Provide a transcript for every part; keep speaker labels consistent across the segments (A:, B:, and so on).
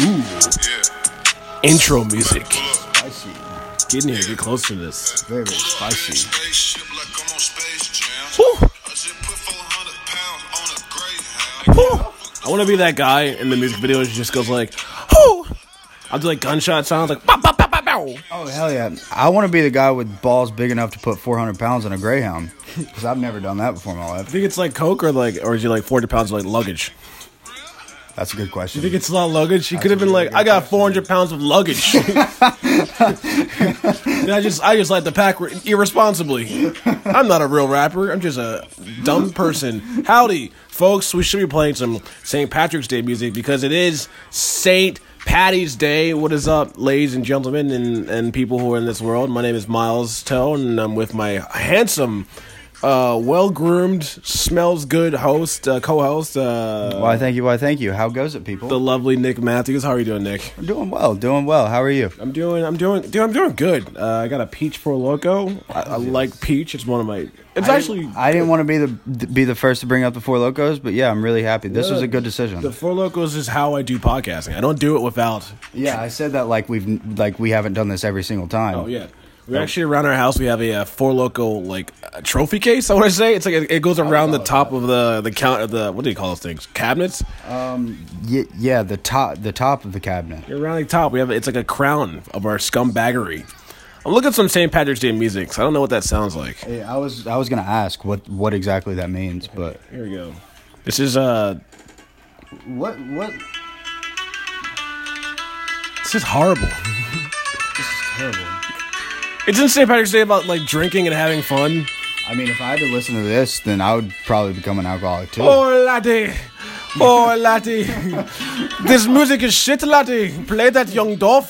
A: Ooh,
B: Yeah.
A: intro music.
C: Spicy.
A: Get in here, get closer to this.
C: Very, very spicy.
B: Spaceship like I'm on Space Jam.
A: Woo!
B: I just put 400 pounds on a Greyhound.
A: Woo! I want to be that guy in the music video who just goes like, "Whoo!" I'll do like gunshot sounds like, "Bow, bow, bow, bow, bow."
C: Oh, hell yeah. I want to be the guy with balls big enough to put 400 pounds on a Greyhound. Because I've never done that before in my
A: I
C: life.
A: think it's like Coke or like, or is it like 40 pounds of like luggage?
C: That's a good question.
A: I think it's a lot of luggage. She could have been like, I got 400 pounds of luggage. and I just, I just let the pack re- irresponsibly. I'm not a real rapper. I'm just a dumb person. Howdy, folks. We should be playing some St. Patrick's Day music because it is St. Patty's Day. What is up, ladies and gentlemen, and, and people who are in this world? My name is Miles Tell, and I'm with my handsome, uh, well groomed, smells good host, uh, co host, uh,
C: Why, thank you. Why, thank you. How goes it, people?
A: the lovely Nick Matthews. How are you doing, Nick?
C: doing well. Doing well. How are you?
A: I'm doing, I'm doing, dude, I'm doing good. Uh, I got a peach pro loco. I, I like peach. It's one of my. It's actually
C: I didn't want to be the be the first to bring up the four locos, but yeah, I'm really happy. This was a good decision.
A: the four locos is how I do podcasting. I don't do it without.
C: yeah, I said that like we've like we haven't done this every single time.
A: Oh yeah. We actually around our house. We have a, uh four loco like uh trophy case. I want to say it's like it, it goes around the top of the the count of the what do you call those things cabinets.
C: Ye- yeah, the top the top of the cabinet.
A: Around the top, we have it's like a crown of our scumbaggery. I'm looking at some St. Patrick's Day music. So I don't know what that sounds like.
C: Hey, I was I was gonna ask what what exactly that means, but
A: Here we go. This is uh,
C: what what
A: this is horrible.
C: this is terrible.
A: It's in St. Patrick's Day about like drinking and having fun.
C: I mean, if I had to listen to this, then I would probably become an alcoholic too.
A: Oh laddie, oh laddie, this music is shit, laddie. Play that young doof.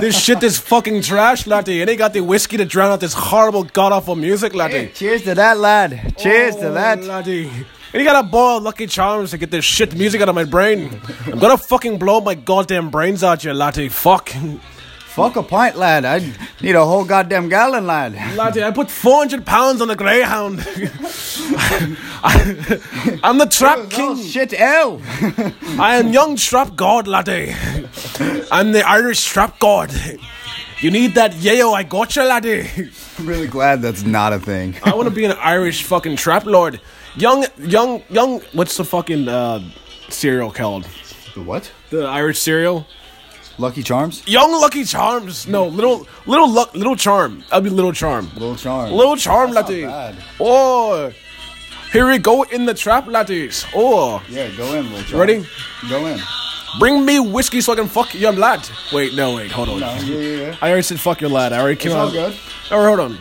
A: this shit is fucking trash, laddie. And they got the whiskey to drown out this horrible god awful music,
C: Hey,
A: laddie.
C: cheers to that, lad! Cheers to
A: Oh,
C: that.
A: laddie. And you gotta boil Lucky Charms to get this shit music out of my brain. I'm gonna fucking blow my goddamn brains out, you laddie. Fuck.
C: Fuck a pint, lad. I need a whole goddamn gallon, lad.
A: Laddie, I put 400 pounds on the Greyhound. I, am the trap
C: King
A: king.
C: shit, L.
A: I am young trap god, laddie. I'm the Irish trap god. You need that yayo, I gotcha, laddie.
C: I'm really glad that's not a thing.
A: I want to be an Irish fucking trap lord. Young, young, young. What's the fucking uh, cereal called?
C: What?
A: The Irish cereal?
C: Lucky Charms?
A: Young Lucky Charms. No, little, little luck, little charm. I'll be little charm.
C: Little Charms.
A: Little charm,
C: That's not
A: laddie.
C: bad.
A: Oh, here we go in the trap, laddies. Oh,
C: Yeah, go in, Little Charms.
A: Ready?
C: Go in.
A: bring me whiskey so I can fuck your lad. Wait, no, wait, hold on.
C: No, yeah, yeah, yeah.
A: I already said fuck your lad. I already came
C: It's all
A: out.
C: good.
A: All right, hold on.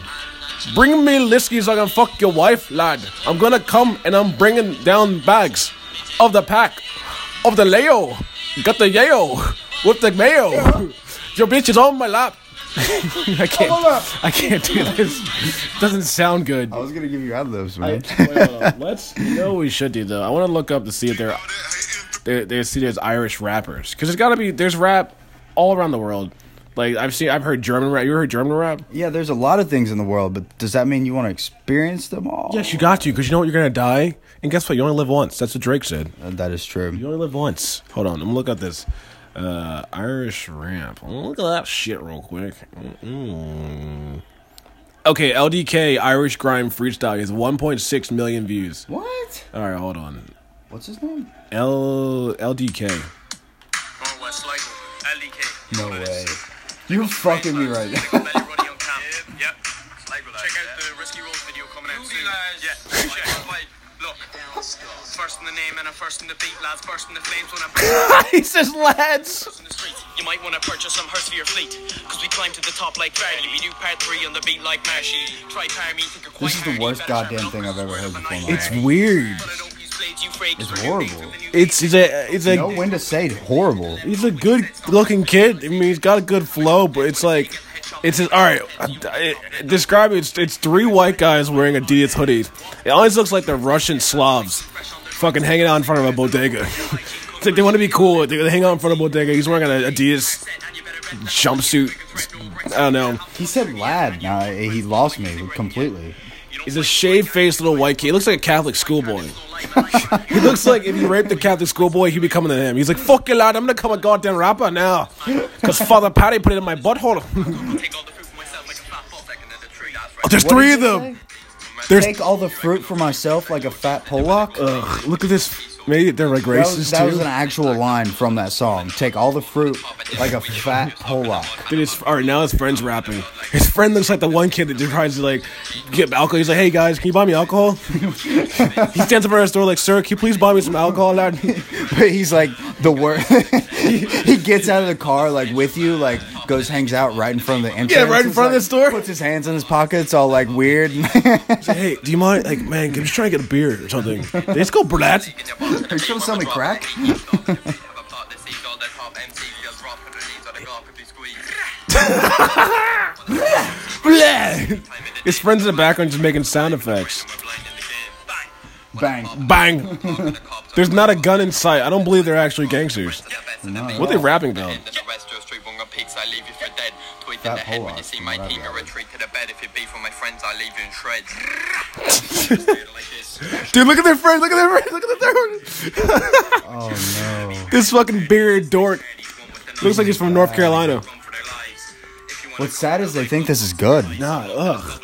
A: Bring me Lisky so I can fuck your wife, lad. I'm gonna come and I'm bringing down bags of the pack, of the Leo. Got the Yeo with the mayo. Your bitch is on my lap. I
C: Hold up.
A: can't. I can't do this. Doesn't sound good.
C: I was gonna give you ad libs, man.
A: let's. You know what we should do though. I want to look up to see if there, there, there see there's Irish rappers because there's got to be there's rap all around the world. Like I've seen, I've heard German rap. You heard German rap?
C: yeah, there's a lot of things in the world, but does that mean you want to experience them all?
A: Yes, you got to because you know what you're gonna die. And guess what? You only live once. That's what Drake said.
C: Uh, That is true.
A: You only live once. Hold on, I'm gonna look at this. Uh, Irish rap. I'm gonna Look at that shit real quick. Mm-mm. Okay, LDK Irish Grime Freestyle is 1.6 million views.
C: What?
A: All right, hold on.
C: What's his name?
A: L LDK.
D: Going West Lake,
E: E
D: LDK.
C: No way. You fucking me right now.
D: Belly Roddy on cam. Yep. Check out the Risky Rolls video coming out soon. Yeah. Check. Look, first in the name and I'm first in the beat, lads. First in the flames when I'm
A: he says lads.
D: in the streets. You might want to purchase some hearse for your fleet, because we climb to the top like Barney. We do part three on the beat like Marshy. Try power me, think you're quite
C: This is the
D: hardy.
C: worst
D: Better
C: goddamn
D: sharpen up
C: thing I've ever heard before in my
A: It's weird.
D: But I don't use blades, you freak, 'cause
C: It's
D: we're new
C: horrible.
D: days with the new
A: It's it's a it's a
C: Know when to say horrible.
A: he's a good looking kid. I mean, he's got a good flow, but it's like it's just, all right. I, I, describe it. It's, it's three white guys wearing Adidas hoodies. It always looks like they're Russian Slavs, fucking hanging out in front of a bodega. It's like they want to be cool. They, they hang out in front of a bodega. He's wearing an Adidas
D: set, and you better red
A: jumpsuit. I don't know.
C: He said lad. Nah, he lost me completely.
D: You
A: He's a shaved faced little white kid. He looks like a Catholic schoolboy. He looks like if you raped a Catholic schoolboy, he'd be coming to him. He's like, fuck you, lad, I'm gonna come a goddamn rapper now. Because Father Patty put it in my butthole. Oh, there's
C: What
A: three
C: did
A: of
C: you
A: them.
C: say?
A: There's
C: Take all the fruit for myself like a fat Pollock.
A: Ugh, look at this. Maybe they're like
C: that was,
A: racist
C: that was
A: too.
C: an actual line from that song. Take all the fruit like a fat Pollock.
A: Dude, it's, all right, now his friend's rapping. His friend looks like the one kid that just tries to like get alcohol. He's like, "Hey guys, can you buy me alcohol?" he stands up at our store like, "Sir, can you please buy me some alcohol?" Lad?
C: But he's like the worst. he, he gets out of the car like with you, like goes hangs out right in front of the entrance.
A: right in
C: It's
A: front of
C: like,
A: the store.
C: Puts his hands in his pockets, all like weird.
A: He's like, "Hey, do you mind? Like, man, I'm just trying to get a beer or something." Let's go, brat.
D: Are
C: you trying to sell me crack?
A: Blah. His friends in the background just making sound effects.
C: Bang.
A: Bang. There's not a gun in sight. I don't believe they're actually gangsters. What are they rapping about?
C: Fat Pollock from Rap Gallery.
A: Dude, look at their friend. Look at their friend. Look at their friend.
C: Oh no.
A: This fucking beard dork looks like he's from North Carolina.
C: What's sad is they think this is good.
A: Nah, ugh.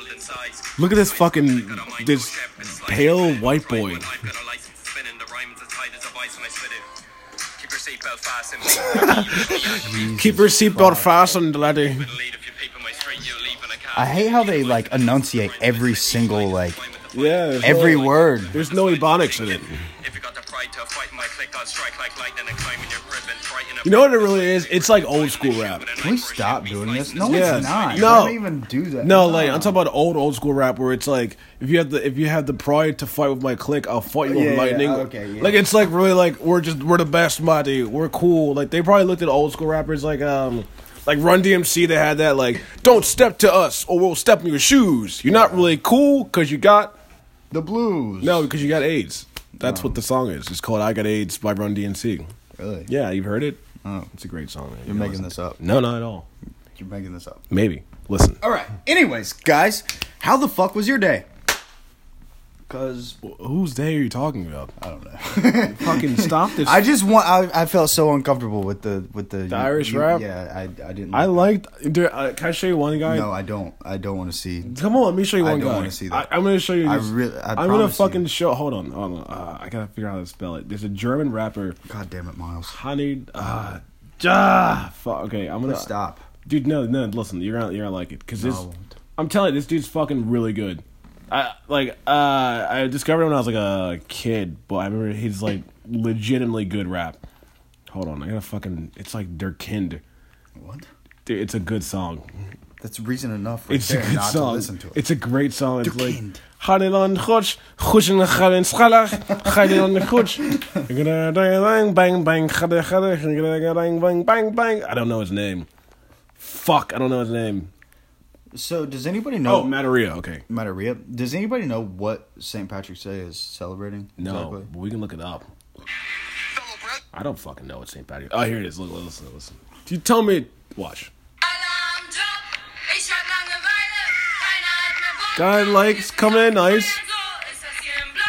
A: Look at this fucking this pale white boy. Keep your seatbelt fastened, laddie.
C: I hate how they like enunciate every single like
A: Yeah.
C: every word.
A: There's no ebonics in it.
D: If you got the pride to fight my click, I'll strike like lightning and climb in your crib and frighten a
A: You know what it really is? It's like old school rap.
C: Can we stop doing this? No,
A: Yeah.
C: it's not.
A: No.
C: Don't even do that.
A: No, like I'm talking about old old school rap where it's like if you have the if you have the pride to fight with my clique, I'll fight you
C: Yeah,
A: with
C: yeah,
A: lightning.
C: okay, yeah.
A: Like it's like really like we're just we're the best, buddy. We're cool. Like they probably looked at old school rappers like um like Run DMC. They had that like don't step to us or we'll step in your shoes. You're not really cool because you got
C: the blues.
A: no because you got AIDS. That's what the song is. It's called "I Got AIDS" by Run DMC.
C: really.
A: Yeah, you've heard it.
C: Oh.
A: It's a great song. man.
C: You're
A: You know,
C: making
A: it's-
C: this up.
A: No, not at all.
C: You're making this up.
A: Maybe listen.
C: All right. Anyways, guys, how the fuck was your day? Cause
A: Whose day are you talking about?
C: I don't know.
A: Fucking stop this.
C: I just want. I, I felt so uncomfortable with the with the,
A: Irish rap?
C: Yeah, I I didn't.
A: I liked. Dude, uh, can I show you one guy?
C: No, I don't. I don't want to see.
A: Come on, let me show you
C: I
A: one
C: don't
A: guy.
C: wanna see that.
A: I, am gonna show you.
C: I
A: this-
C: really- I
A: I'm gonna
C: promise you.
A: fucking show. Hold on, hold on. Uh, I gotta figure out how to spell it. There's a German rapper,
C: God damn it, Miles.
A: Honey. Uh, ah, fuck. Okay, I'm gonna
C: Please stop.
A: dude. No, no. Listen, you're gonna you're gonna like it because
C: I
A: this.
C: won't.
A: I'm telling you, this dude's fucking really good. I like. Uh, I discovered him when I was like a kid, but I remember he's like legitimately good rap. Hold on, I gotta fucking. It's like Der Kind.
C: What?
A: Dude, it's a good song.
C: That's reason enough right
A: It's a
C: there
A: good
C: not
A: song.
C: to listen to it.
A: It's a great song. It's like
C: Kind.
A: Hadden on Hutch, Hutchen Hadden Schalach, Hadden on Hutch. Bang bang bang Hadden Hadden bang bang bang bang. I don't know his name. Fuck, I don't know his name.
C: so, does anybody
A: Oh,
C: know?
A: Mataria. Okay,
C: Maria, does anybody know what St. Patrick's Day is celebrating?
A: no,
C: exactly?
A: but we can look it up. I don't fucking know what St. Patrick. Oh, here it is. Look, listen, listen. You tell me. Watch. Guy likes coming in nice.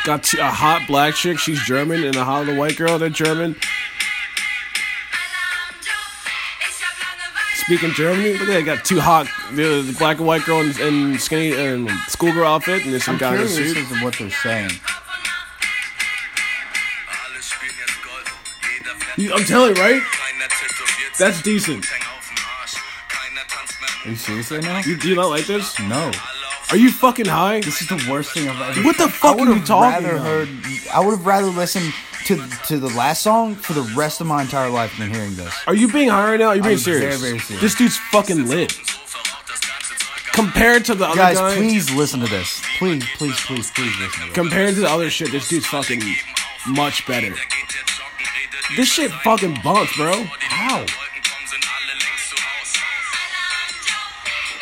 A: Got t- a hot black chick. She's German, and a hot little white girl. They're German. Speaking Germany, look at that. Got two hot, the, the black and white girl in, in skinny and schoolgirl outfit, and there's some
C: I'm
A: guy in a
C: curious
A: suit.
C: as to what they're saying.
A: You- I'm telling you, right? That's decent.
C: Are you serious right now?
A: You, do you not like this?
C: No.
A: Are you fucking high?
C: This is the worst thing I've ever.
A: What the fuck
C: I
A: are you
C: would've
A: talking
C: rather
A: about?
C: heard. I would have rather listened to to the last song for the rest of my entire life than hearing this.
A: Are you being high right now? You're being
C: I'm very,
A: serious.
C: very serious.
A: This dude's fucking lit. Compared to the other
C: Guys,
A: guy,
C: please listen to this. Please, please, please, please listen to this.
A: compared to the other shit, this dude's fucking much better. This shit fucking bumps, bro.
C: How?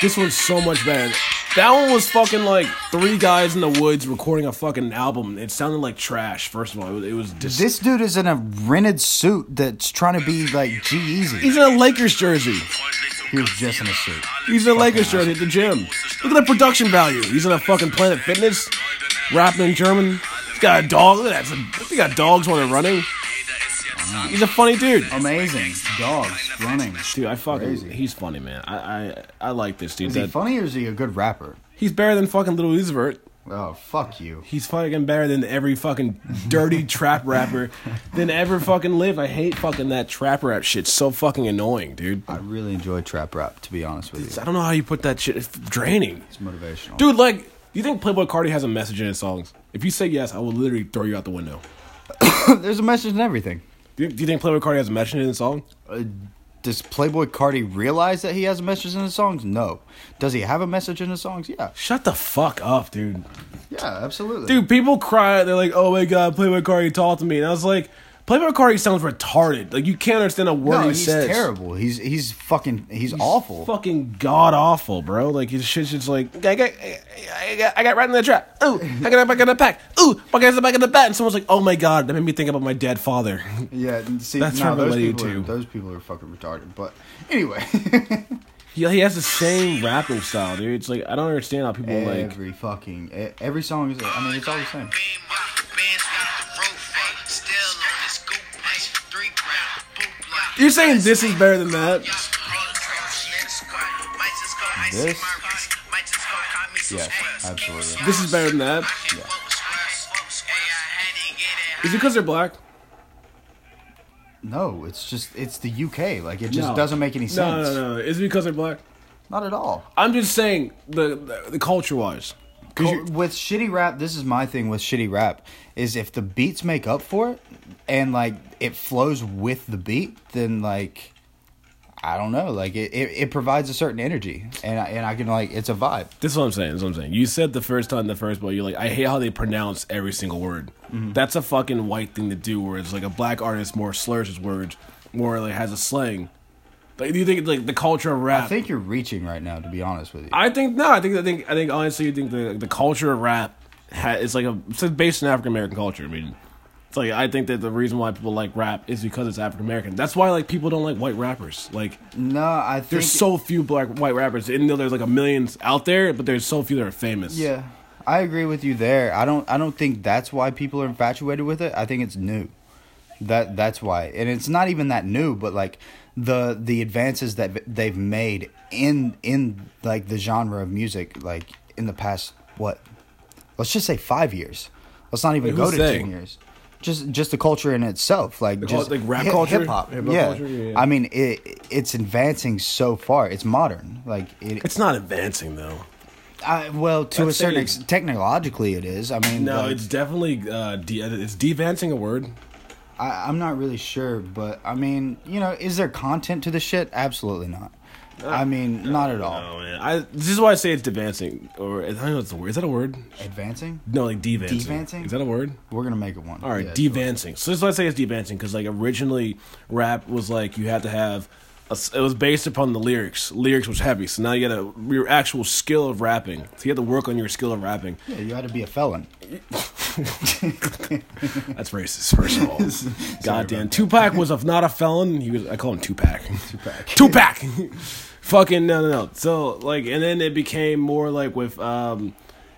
A: This one's so much better. That one was fucking like three guys in the woods recording a fucking album. It sounded like trash. First of all, it was, it was dis-
C: This dude is in a rented suit that's trying to be like G Easy.
A: He's in a Lakers jersey.
C: He was just in a suit.
A: He's in a Lakers jersey at the gym. Look at the production value. He's in a fucking Planet Fitness, rapping in German. He's got a dog. Look at that. He got dogs while they're running. He's a funny dude.
C: Amazing. Dogs running.
A: Dude, I fucking
C: Oh, Crazy.
A: he's funny, man. I I, I like this dude.
C: Is he
A: That-
C: funny or is he a good rapper?
A: he's better than fucking Little Uzi
C: Oh, fuck you.
A: He's fucking better than every fucking dirty trap rapper than ever fucking lived. I hate fucking that trap rap shit. It's so fucking annoying, dude.
C: I really enjoy trap rap, to be honest with you.
A: I don't know how you put that shit. It's draining.
C: It's motivational.
A: Dude, like, you think Playboy Cardi has a message in his songs? If you say yes, I will literally throw you out the window.
C: There's a message in everything.
A: Do you, do you think Playboy Cardi has a message in his song?
C: Uh, does Playboy Cardi realize that he has a message in his songs? No. Does he have a message in his songs? Yeah.
A: Shut the fuck up, dude.
C: Yeah, absolutely.
A: Dude, people cry. They're like, oh my god, Playboy Cardi talked to me. And I was like, Playboy Cardi sounds retarded. Like, you can't understand a word
C: no,
A: he
C: he's
A: says.
C: terrible. He's he's fucking he's, awful.
A: Fucking god awful, bro. Like his shit's just like I got, I got, I got right in the trap. Ooh, I got back in the pack. Ooh, I got back in the bat. And someone's like, "Oh my god," that made me think about my dead father.
C: yeah, and see,
A: That's
C: no,
A: from
C: those
A: Lady
C: people, are,
A: Two.
C: those people are fucking retarded. But anyway,
A: he, he has the same rapping style, dude. It's like I don't understand how people like.
C: every fucking e- every song is. I mean, it's all the same.
A: You're saying this is better than that?
C: This?
B: Yes,
C: Yes, absolutely.
A: This is better than that. Is it because they're black?
C: No, it's just it's the UK. Like it just
A: No.
C: doesn't make any
A: No,
C: sense.
A: no, no. no. Is it because they're black?
C: Not at all.
A: I'm just saying the the, the culture wise.
C: Cul- with shitty rap, this is my thing with shitty rap is if the beats make up for it and like it flows with the beat, then like I don't know, like it, it, it provides a certain energy and I, and I can like it's a vibe.
A: This is what I'm saying. This is what I'm saying. You said the first time, the first boy, you're like, I hate how they pronounce every single word.
C: Mm-hmm.
A: That's a fucking white thing to do, where it's like a black artist more slurs his words, more like has a slang. Like, do you think like the culture of rap?
C: I think you're reaching right now, to be honest with you.
A: I think no. I think I think I think honestly, I think the the culture of rap ha, is like a it's based in African American culture. I mean, it's like I think that the reason why people like rap is because it's African American. That's why like people don't like white rappers. Like
C: no, I think
A: there's so few black white rappers, even though there's like a millions out there, but there's so few that are famous.
C: yeah, I agree with you there. I don't I don't think that's why people are infatuated with it. I think it's new. That that's why, and it's not even that new, but like the the advances that they've made in in like the genre of music, like in the past what, let's just say five years. Let's not even
A: Wait,
C: go
A: who's
C: to
A: they?
C: ten years. Just just the culture in itself, like
A: cul-
C: just
A: like rap
C: hip-
A: culture?
C: hip hop.
A: Hip hop
C: Yeah.
A: culture, yeah, yeah.
C: I mean it. It's advancing so far. It's modern. Like it,
A: It's not advancing though.
C: I, well, to
A: I'd
C: a certain
A: say-
C: extent, technologically it is. I mean,
A: No,
C: like,
A: it's definitely uh, de- it's devancing a word.
C: I, I'm not really sure, but I mean, you know, is there content to the shit? Absolutely not.
A: Uh,
C: I mean, not at all.
A: Oh man, I this is why I say it's devancing. Or I don't know it's a word. Is that a word?
C: Advancing?
A: No, like devancing.
C: Devancing?
A: Is that a word?
C: We're gonna make it one.
A: All right,
C: Yeah, sure.
A: devancing. So this is why I say it's devancing because like originally rap was like you had to have. a s it was based upon the lyrics. Lyrics was heavy, so now you got to your actual skill of rapping. So you had to work on your skill of rapping.
C: Yeah, you had to be a felon.
A: That's racist, first of all. Goddamn. Tupac was a, not a felon. He was. I call him Tupac. Tupac. Tupac. Fucking no, no, no. So like, and then it became more like with um,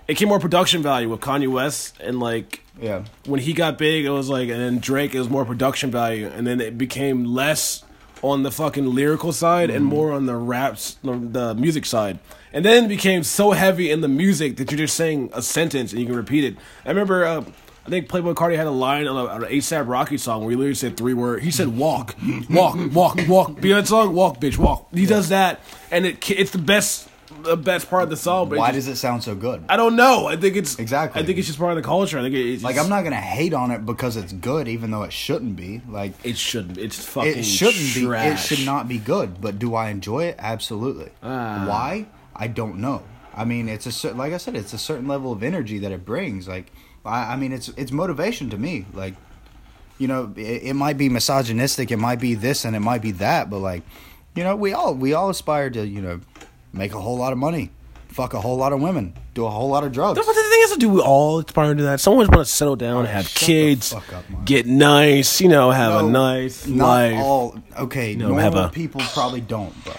A: it came more production value with Kanye West and like
C: Yeah.
A: when he got big, it was like, and then Drake it was more production value, and then it became less on the fucking lyrical side
C: Mm-hmm.
A: and more on the raps, the, the music side. And then it became so heavy in the music that you're just saying a sentence and you can repeat it. I remember, uh, I think Playboy Cardi had a line on, a, on an ASAP Rocky song where he literally said three words. He said walk, walk, walk, walk. Be that song, walk, bitch, walk. He does that, and it ca- it's the best, the best part of the song. But
C: Why
A: it just-
C: does it sound so good?
A: I don't know. I think it's
C: Exactly.
A: I think it's just part of the culture. I think it, it's
C: Like, I'm not gonna hate on it because it's good, even though it shouldn't be. Like,
A: It shouldn't. It's fucking.
C: it shouldn't be. It
A: trash. Ah.
C: should not be good. But do I enjoy it? Absolutely. Why? I don't know. I mean, it's a cer- like I said, it's a certain level of energy that it brings. Like, I, I mean, it's it's motivation to me. Like, you know, it, it might be misogynistic, it might be this, and it might be that. But like, you know, we all we all aspire to you know make a whole lot of money, fuck a whole lot of women, do a whole lot of drugs.
A: But the thing is, do we all aspire to that? Someone's want to settle down, have
C: Oh, shut the
A: kids,
C: fuck up, Mike.
A: get nice, you know, have a
C: No,
A: nice
C: not
A: life.
C: all okay.
A: No,
C: normal
A: have a-
C: people probably don't, but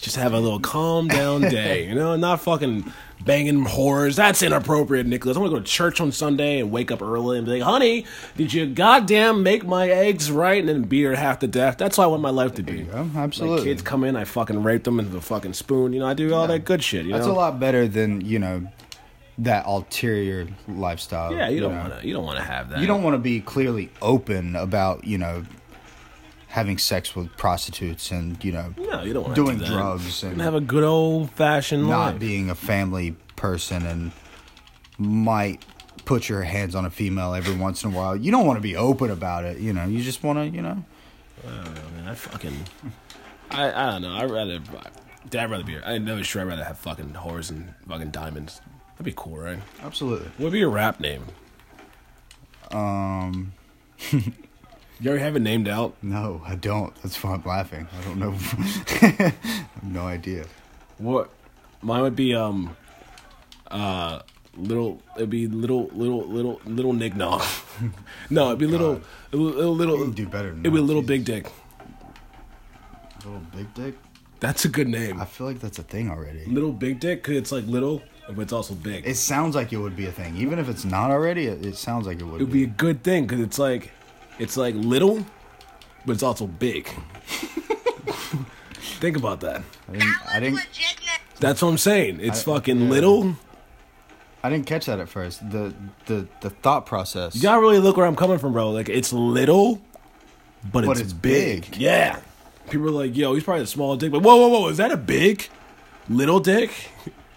A: just have a little calm down day, you know, not fucking banging whores. That's inappropriate, Nicholas. I want to go to church on Sunday and wake up early and be like, honey, did you goddamn make my eggs right? And then beat her half to death. That's what I want my life to be.
C: go.
A: Like
C: Absolutely.
A: kids come in, I fucking rape them into the fucking spoon. You know, I do all that good shit. You
C: That's
A: know?
C: a lot better than you know that ulterior lifestyle.
A: Yeah, you don't
C: know.
A: want to. You don't want to have that.
C: You don't want to be clearly open about you know having sex with prostitutes and you know
A: No, you don't want
C: doing
A: do that.
C: drugs
A: You
C: and
A: wanna have a good old fashioned
C: not
A: life.
C: being a family person and might put your hands on a female every once in a while. You don't want to be open about it. You know, you just want to you know.
A: Man, I fucking. I, I don't know. I'd rather. Did I'd rather be. I never sure. I'd rather have fucking whores and fucking diamonds. That'd be cool, right?
C: Absolutely.
A: What would be your rap name?
C: Um.
A: You already have it named out.
C: No, I don't. That's why I'm laughing. I don't know. I have no idea.
A: What? Mine would be um. Uh, little. It'd be little, little, little, little Nick Nog. no, it'd be little, little, little.
C: You can do better than
A: It'd be
C: that,
A: little
C: Jesus.
A: Big Dick.
C: Little big dick.
A: That's a good name.
C: I feel like that's a thing already.
A: Little Big Dick, 'cause it's like little, but it's also big.
C: It sounds like it would be a thing, even if it's not already. It, it sounds like it would
A: It would be a good thing because it's like, it's like little, but it's also big. Think about that.
C: I didn't. I didn't.
A: That's what I'm saying. It's
C: I-
A: fucking
C: yeah.
A: little.
C: I didn't catch that at first. The the the thought process.
A: You gotta really look where I'm coming from, bro. Like it's little, but,
C: But
A: it's,
C: it's
A: big.
C: big.
A: Yeah. People are like, "Yo, he's probably a small dick," but whoa, whoa, whoa, is that a big little dick?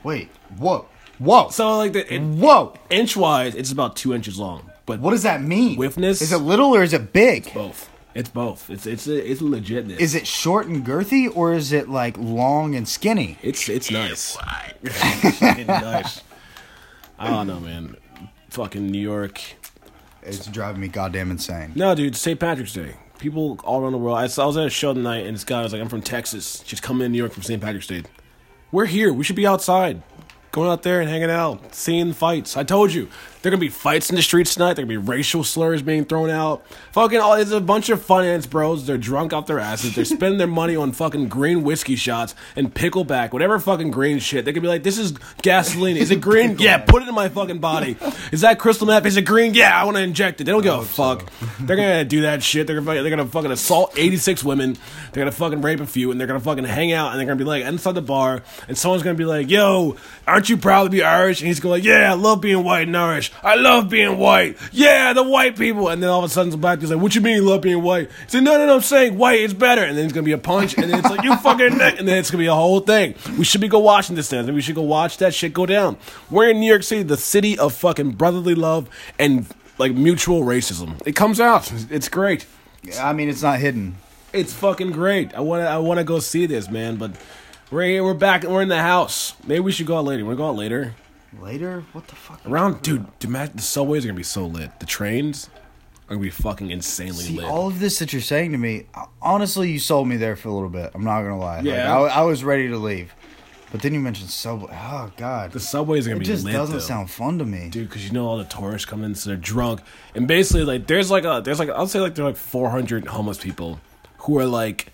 C: Wait. Whoa. Whoa.
A: So like the in,
C: whoa.
A: inch wise, it's about two inches long, but
C: What does that mean?
A: Whiffness?
C: Is it little or is it big?
A: both. It's both. It's it's a, it's a legitness.
C: Is it short and girthy or is it like long and skinny?
A: It's it's nice. It's fucking nice. I don't know, man. Fucking New York.
C: It's driving me goddamn insane.
A: No, dude, St. Patrick's Day. People all around the world. I, saw, I was at a show tonight, and this guy was like, "I'm from Texas. Just coming in New York from St. Patrick's Day. We're here. We should be outside, going out there and hanging out, seeing fights. I told you, there gonna be fights in the streets tonight. There gonna be racial slurs being thrown out. Fucking, all it's a bunch of finance bros. They're drunk off their asses. They're spending their money on fucking green whiskey shots and pickleback, whatever fucking green shit. They could be like, "This is gasoline. Is it green? yeah, put it in my fucking body. Is that crystal meth? Is it green? Yeah, I want to inject it. They don't give a fuck." They're gonna do that shit. They're gonna fucking- they're gonna fucking assault eighty six women. They're gonna fucking rape a few, and they're gonna fucking hang out, and they're gonna be like inside the bar, and someone's gonna be like, "Yo, aren't you proud to be Irish?" And he's going, like, "Yeah, I love being white and Irish. I love being white. Yeah, the white people." And then all of a sudden, some black dude's like, "What you mean you love being white?" He's like, "No, no, no, I'm saying white is better." And then it's gonna be a punch, and then it's like, "You fucking," neck," and then it's gonna be a whole thing. We should be go watching this thing. We should go watch that shit go down. We're in New York City, the city of fucking brotherly love and like mutual racism. It comes out. It's great.
C: I mean, it's not hidden.
A: It's fucking great. I want to I want to go see this, man, but we're here, we're back we're in the house. Maybe we should go out later. We're going to go out later.
C: Later? What the fuck?
A: Around dude, imagine the subways are going to be so lit. The trains are going to be fucking insanely
C: See,
A: lit.
C: all of this that you're saying to me, honestly, you sold me there for a little bit. I'm not gonna lie. Like,
A: Yeah.
C: I, I was ready to leave, but then you mentioned subway. Oh god,
A: the subways are
C: it
A: going to be
C: just
A: lit.
C: doesn't
A: though.
C: sound fun to me.
A: dude because you know all the tourists come in so they're drunk and basically like there's like a there's like i'll say like there are like 400 homeless people who are like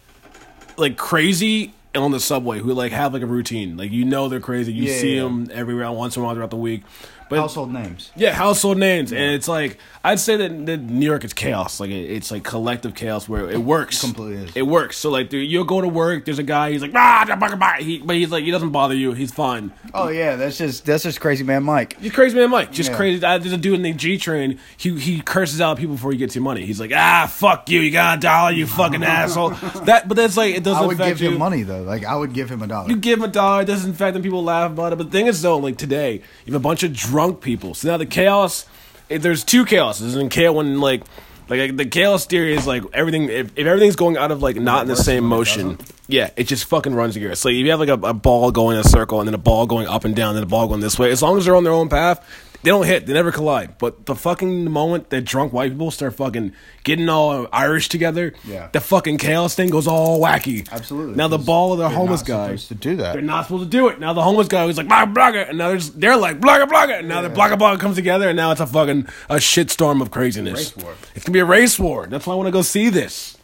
A: like crazy and on the subway who like have like a routine like you know they're crazy you
C: Yeah,
A: see
C: yeah, yeah.
A: them everywhere once in a while throughout the week but
C: Household names.
A: yeah, household names, and it's like I'd say that, that New York is chaos. Like it, it's like collective chaos where it works.
C: Completely is.
A: It works. So like dude, you'll go to work. There's a guy. He's like ah, da, ba, da, ba," he, but he's like he doesn't bother you. He's fine.
C: Oh yeah, that's just that's just crazy, man. Mike.
A: He's crazy man Mike. Just
C: Yeah.
A: crazy. I, there's a dude in the G train. He he curses out people before he gets your money. He's like, ah, fuck you. You got a dollar, you fucking asshole. That, but that's like it doesn't
C: I would
A: affect
C: give
A: you.
C: him money though. Like I would give him a dollar.
A: You give him a dollar, it doesn't affect them. People laugh about it. But the thing is, though, like today, you have a bunch of drunk people. So now the chaos, eh, there's two chaoses, and chaos when like. Like, like, the chaos theory is like everything. If, if everything's going out of like not in the same motion, yeah, it just fucking runs together. So you have like a, a ball going in a circle, and then a ball going up and down, and then a ball going this way. As long as they're on their own path, they don't hit. They never collide. But the fucking moment that drunk white people start fucking getting all Irish together,
C: Yeah.
A: the fucking chaos thing goes all wacky.
C: Absolutely.
A: Now the
C: because
A: ball of the
C: they're
A: homeless
C: not
A: guy
C: supposed to do that.
A: they're not supposed to do it. Now the homeless guy was like, blah, blogger. And now they're, just- they're like, blogger, blogger. And now the blogger, blogger comes together. And now it's a fucking a shitstorm of craziness.
C: Race war.
A: It's going to be a race war. That's why I want to go see this.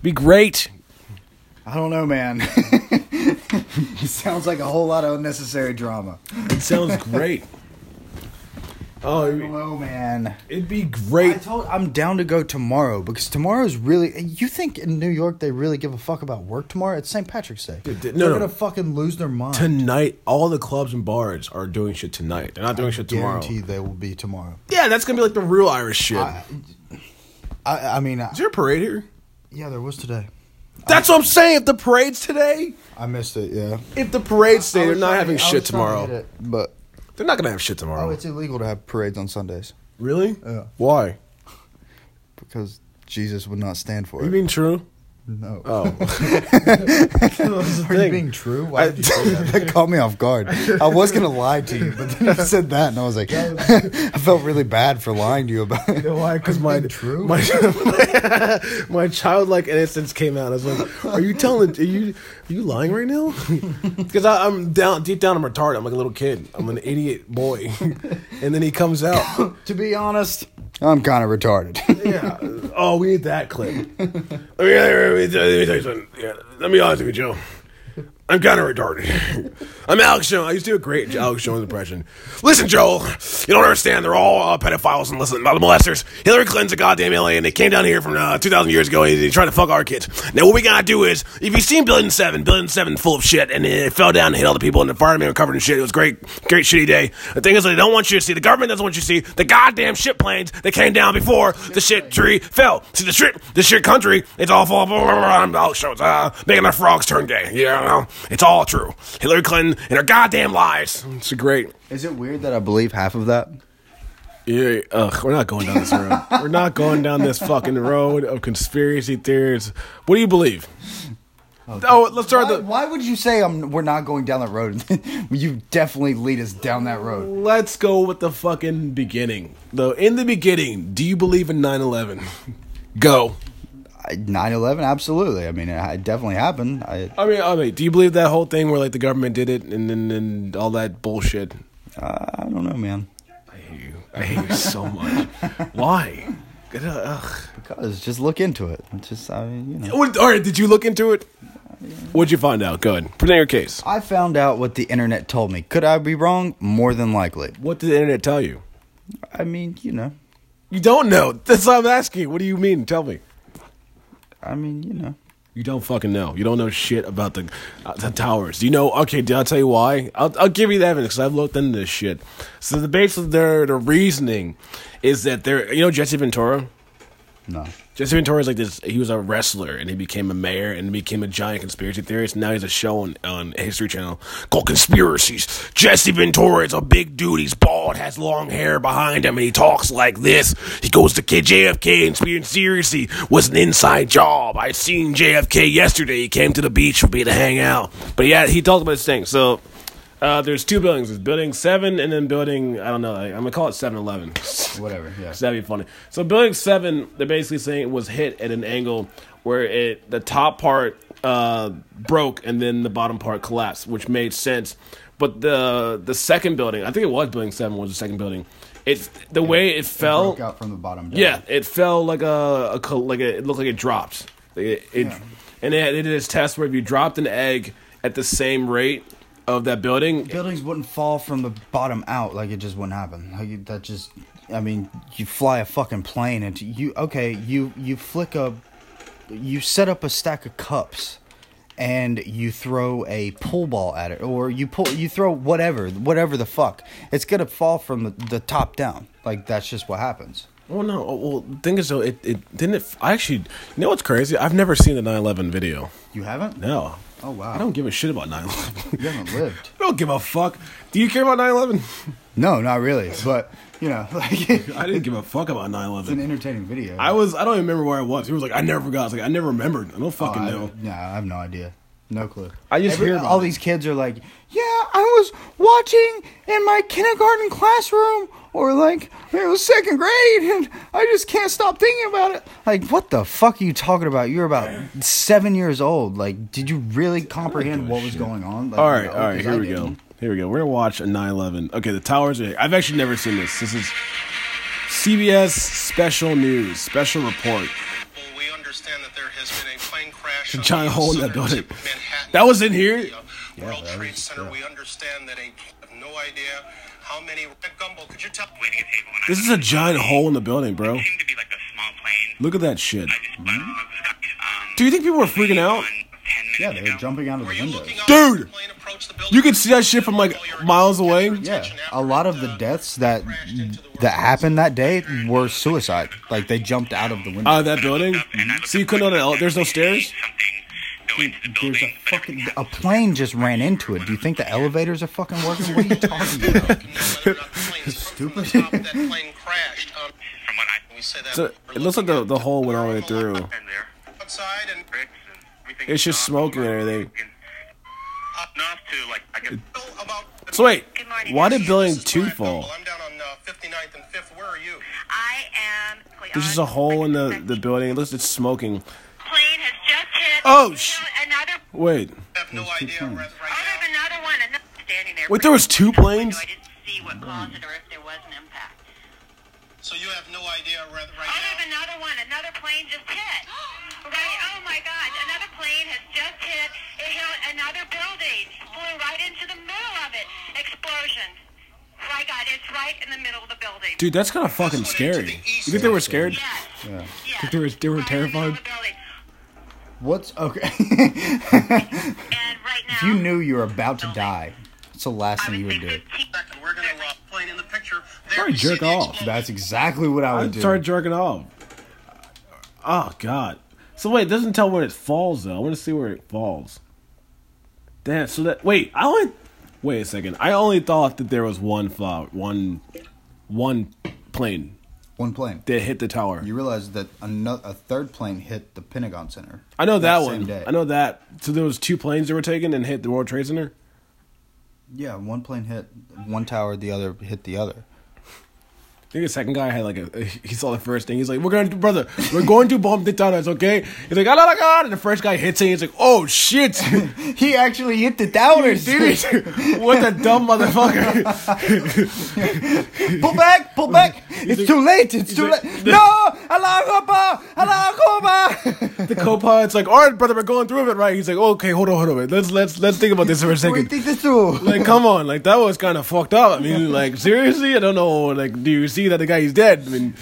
A: Be great.
C: I don't know, man. Sounds like a whole lot of unnecessary drama.
A: It sounds great. Oh, it'd be-
C: Oh man.
A: it'd be
C: I
A: great.
C: told I'm down to go tomorrow because tomorrow's really. You think in New York they really give a fuck about work tomorrow? It's St. Patrick's Day.
A: Dude,
C: They're
A: dude, no, no.
C: gonna fucking lose their mind.
A: Tonight, all the clubs and bars are doing shit tonight. They're not doing shit tomorrow.
C: Guarantee they will be tomorrow.
A: Yeah, that's gonna be like the real Irish shit.
C: I, I, I mean, I,
A: Is there a parade here?
C: yeah, there was today.
A: That's what I'm saying. If the parade's today,
C: I missed it. Yeah,
A: if the parade's
C: I
A: today, they're
C: was
A: not
C: trying to-
A: having
C: I was
A: shit
C: trying to
A: tomorrow.
C: get it, but
A: They're not gonna have shit tomorrow.
C: oh, it's illegal to have parades on Sundays
A: really?
C: Yeah.
A: Why?
C: because Jesus would not stand for it.
A: You mean true?
C: no?
A: Oh,
C: Are you
A: thing.
C: being true? Why did you say that? that caught me off guard. I was gonna lie to you, but then you said that, and I was like, I felt really bad for lying to you about it.
A: why? Because my
C: true?
A: my my childlike innocence came out. I was like, "Are you telling? Are you are you lying right now?" Because I'm down deep down. I'm retarded. I'm like a little kid. I'm an idiot boy. and then he comes out.
C: to be honest, I'm kind of retarded.
A: Yeah. Oh, we need that clip. let, me, let, me, tell- let me tell you something. Yeah, let me be honest with you, Joe. I'm kind of retarded. I'm Alex Jones. I used to do a great Alex Jones impression. Listen, Joel, you don't understand. They're all uh, pedophiles and listen, molesters. Hillary Clinton's a goddamn alien. They came down here from uh, 2,000 years ago and they tried to fuck our kids. Now, what we gotta do is, if you've seen Building 7, Building 7 full of shit and it fell down and hit all the people and the firemen were covered in shit. It was great, great shitty day. The thing is, they don't want you to see, the government doesn't want you to see the goddamn shit planes that came down before the shit tree fell. See, the shit, the shit country, it's all full of I'm Alex Jones, uh, making our frogs turn gay. You know, it's all true. Hillary Clinton and her goddamn lies. It's great.
C: Is it weird that I believe half of that?
A: Yeah, ugh, we're not going down this road. we're not going down this fucking road of conspiracy theories. What do you believe? Oh, let's start
C: Why,
A: the.
C: why would you say I'm, we're not going down that road? you definitely lead us down that road.
A: Let's go with the fucking beginning. Though, in the beginning, do you believe in 9 11? Go.
C: I- 9/11, absolutely. I mean, it, it definitely happened. I,
A: I mean, I mean, do you believe that whole thing where like the government did it and then and all that bullshit?
C: uh, I don't know, man.
A: I hate you. I hate you so much. Why? Ugh.
C: Because just look into it. It's Just I mean, you know.
A: What, all right, did you look into it? What'd you find out? Go ahead. Present your case.
C: I found out what the internet told me. Could I be wrong? More than likely.
A: What did the internet tell you?
C: I mean, you know.
A: You don't know. That's what I'm asking. What do you mean? Tell me.
C: I mean, you know.
A: You don't fucking know. You don't know shit about the uh, the towers. Do you know? Okay, did I tell you why? I'll, I'll give you the evidence 'cause I've looked into this shit. So the base of their the reasoning is that they're you know Jesse Ventura.
C: No.
A: Jesse Ventura is like this. He was a wrestler and he became a mayor and became a giant conspiracy theorist. And now he's a show on, on History Channel called Conspiracies. Jesse Ventura is a big dude. He's bald, has long hair behind him, and he talks like this. He goes to K- JFK and conspiracy was an inside job. I seen JFK yesterday. He came to the beach with me to hang out. But yeah, he talked about this thing. So uh, there's two buildings. There's building seven and then building I don't know. I, I'm gonna call it Seven Eleven.
C: Whatever. Yeah.
A: So that'd be funny. So building seven, they're basically saying it was hit at an angle where it the top part uh, broke and then the bottom part collapsed, which made sense. But the the second building, I think it was building seven, was the second building. It's the way it fell.
C: Broke out from the bottom. down.
A: Yeah, it fell like a, a col- like a, it looked like it dropped. Like, It, it, And they, they did this test where if you dropped an egg at the same rate of that building,
C: Buildings wouldn't fall from the bottom out. Like it just wouldn't happen. Like you- that just. I mean, you fly a fucking plane into you. Okay, you you flick a, you set up a stack of cups, and you throw a pool ball at it, or you pull you throw whatever whatever the fuck. It's gonna fall from the, the top down. Like that's just what happens.
A: Well, no. oh, Well, the thing is, though, it, it didn't. It, I actually, you know what's crazy? I've never seen the 9 11 video.
C: You haven't?
A: No.
C: Oh, wow.
A: I don't give a shit about 9 11.
C: You haven't lived.
A: I don't give a fuck. Do you care about 9 11?
C: No, not really. But you know, like
A: I
C: it's
A: didn't give a fuck about 9
C: an
A: 11.
C: entertaining video.
A: I was, I don't even remember where I was. He was like, I never forgot. I was like, I never remembered. I don't
C: Oh,
A: fucking
C: I-
A: know.
C: Nah, I have no idea. No clue.
A: I just
C: Every-
A: hear about
C: all
A: it.
C: these kids are like, "Yeah, I was watching in my kindergarten classroom, or like it was second grade, and I just can't stop thinking about it." Like, what the fuck are you talking about? You're about seven years old. Like, did you really comprehend what was going on? Like,
A: All right,
C: no,
A: all right,
C: 'cause
A: here
C: I
A: we go.
C: didn't.
A: Here we go. We're gonna watch a 9/11. Okay, the towers are. Here. I've actually never seen this. This is CBS special news, special report.
D: Well, we understand that there has been a plane crash.
A: The
D: on
A: giant
D: the
A: hole in that
D: southern
A: building.
D: tip of Manhattan.
A: That was in here?
B: World
C: that
B: Trade
C: is-
B: Center.
C: yeah.
B: We understand that ain't have no idea how many. Gumbo, could you tell? Waiting at table.
A: This is a giant hole in the building, bro.
F: seemed to be like a small plane.
A: Look at that shit.
F: I just bought
C: Mm-hmm.
F: some of this guy, um,
A: Do you think people were freaking out?
F: on 10 minutes
C: Yeah, they were
F: ago.
C: jumping out of the
B: Were you
C: windows.
B: looking out
A: Dude!
B: as the plane approached the building?
A: You could see that shit from like miles away.
C: Yeah, a lot of the deaths that
B: Mm-hmm.
C: that happened that day were suicide. Like they jumped out of the window.
A: Out of that building. So you couldn't. Know there's no stairs.
F: Something go into the
C: There's a
F: building. but
C: fucking a plane just ran into it. Do you think the elevators are fucking working? What are you talking about?
B: Stupid. That plane crashed. Um,
F: From what I
B: we said that
A: So it looks like the the hole went all the way through.
F: and there,
B: outside and
F: bricks and everything.
A: It's just smoking and everything.
F: Enough to like, I guess.
B: about.
A: So wait, why did building two fall?
B: I'm down on uh, 59th and 5th. Where are you?
G: I am.
A: There's just a hole in the the building. It looks it's smoking.
G: Plane has just hit.
A: Oh, sh-
G: Another.
A: Wait,
B: I have no idea.
C: planes.
B: Right
G: Oh,
B: now.
G: there's another one. Another standing there.
A: wait, there was two planes.
G: I didn't see what caused it or if there was an impact.
B: So you have no idea right, right
G: Oh,
B: now.
G: there's another one. Another plane just hit. Right. Oh my God! Another plane has just hit. It hit another building. Flew right into the middle of it. Explosion. My God! It's right in the middle of the building.
A: Dude, that's kind of fucking scary. You think they were scared?
G: Yes.
C: Yeah.
G: Yes.
A: They were- they were
G: Right in the middle
A: terrified?
G: of the building.
C: What's okay?
G: And right now.
C: if you knew you were about to die, it's the last
G: I
C: thing you
G: would
C: would
G: say
C: do.
G: 15.
B: Second, we're going to uh, plane in the picture. There
A: Probably
B: we see
A: jerk
B: the
A: off.
B: explosion.
C: That's exactly what I
A: I
C: would do.
A: started jerking off. Oh god. So wait, it doesn't tell where it falls though. I want to see where it falls. Damn. So that wait, I only wait a second. I only thought that there was one flower, one, one plane
C: One plane.
A: that hit the tower.
C: You realize that another, a third plane hit the Pentagon Center.
A: I know that,
C: same
A: one.
C: day.
A: I know that. So there was two planes that were taken and hit the World Trade Center.
C: Yeah, one plane hit one tower, the other hit the other.
A: I think the second guy had like a. He saw the first thing. He's like, "We're gonna, brother, we're going to bomb the towers, okay?" He's like, "Ah, la, la, God!" And the first guy hits it. He's like, "Oh shit!"
C: He actually hit the towers.
A: Dude, what a dumb motherfucker.
C: pull back, pull back. It's
A: like-
C: too late. It's too
A: like-
C: late. No, Allah Akbar, Allah Akbar.
A: The co-pilot's like, all right, brother, we're going through it, right? He's like, okay, hold on, hold on, wait. let's let's let's think about this for a
C: We
A: second.
C: think this through.
A: Like, come on, like that was kind of fucked up. I mean, like seriously, I don't know. Like, do you see that the guy is dead? I mean,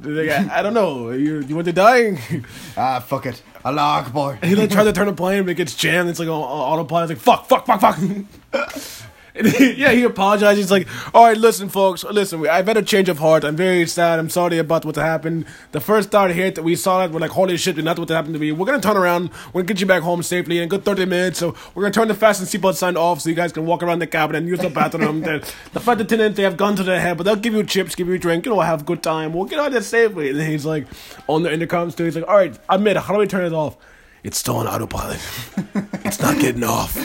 A: like, I, I don't know. You you want to die?
C: ah, fuck it. Allah Akbar.
A: he like tried to turn a plane, but it gets jammed. It's like on, on autopilot. It's like fuck, fuck, fuck, fuck. And he- yeah, he apologized. He's like, "All right, listen, folks, listen. we- I've had a change of heart. I'm very sad. I'm sorry about what happened. The first thought here that we saw it, we're like, holy shit, not what happened to me. We're gonna turn around. We're gonna get you back home safely in a good 30 minutes. So we're gonna turn the fasten seatbelt sign off, so you guys can walk around the cabin and use the bathroom. the, the flight attendant, they have guns to their head, but they'll give you chips, give you a drink. You know, have a good time. We'll get out of there safely." And then he's like, on the intercom too. He's like, "All right, I'm in. How do we turn it off?" It's still on autopilot. It's not getting off.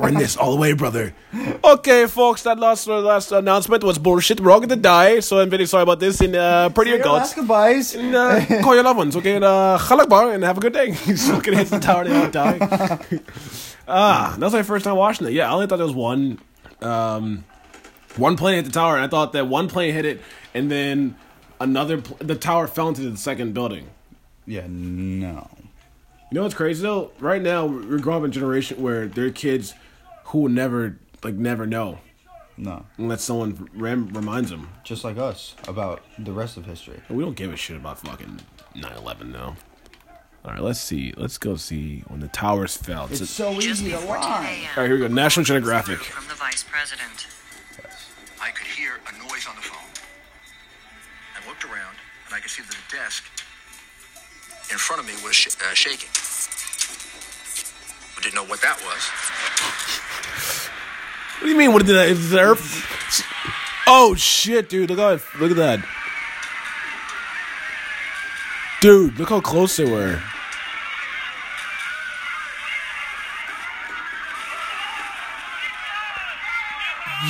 A: We're in this all the way, brother. Okay, folks, that last uh, last announcement was bullshit. We're all gonna die, so I'm very sorry about this. And uh, pray to your gods.
C: Alaska buys.
A: And, uh, call your loved ones, okay? And uh, halakbar, and have a good day. He's fucking hits the tower, they all die. ah, that's my first time watching it. Yeah, I only thought there was one, um, one plane hit the tower, and I thought that one plane hit it, and then another pl- the tower fell into the second building.
C: Yeah, no.
A: You know what's crazy though? Right now, we're growing up in a generation where there are kids who will never, like, never know
C: No.
A: unless someone rem- reminds them.
C: Just like us about the rest of history.
A: We don't give a shit about fucking 9/11 now. All right, let's see. Let's go see when the towers fell. It's
C: It's
A: a-
C: so easy to
A: all
C: lie.
A: right, here we go. National Geographic.
G: From the vice president.
E: I could hear a noise on the phone. I looked around, and I could see that the desk in front of me was sh- uh, shaking. I didn't know what that was.
A: What do you mean? What did that? Is the earth? Oh shit, dude! Look how it, look at that. Dude, look how close they were.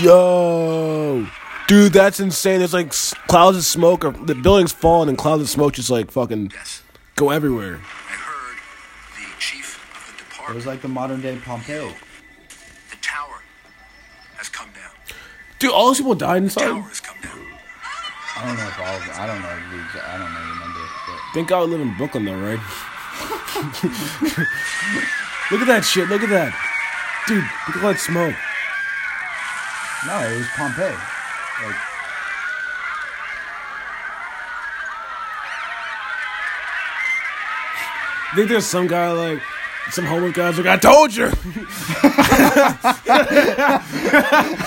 A: Yo, dude, that's insane. There's like s- clouds of smoke, or the building's falling, and clouds of smoke just like fucking
E: Yes.
A: go everywhere.
E: I heard the chief of the
C: It
E: department.
C: was like the modern day Pompeo.
E: the tower has come down.
A: Dude, all those people died
E: The tower
A: inside.
E: has come down.
C: I don't know if all of them, I don't know the exact, I don't know the number. But
A: Think I would live in Brooklyn though, right? look at that shit. Look at that. Dude, look at all that smoke.
C: No, it was Pompeii. Like,
A: I think there's some guy like some homeless guy's like, I told you.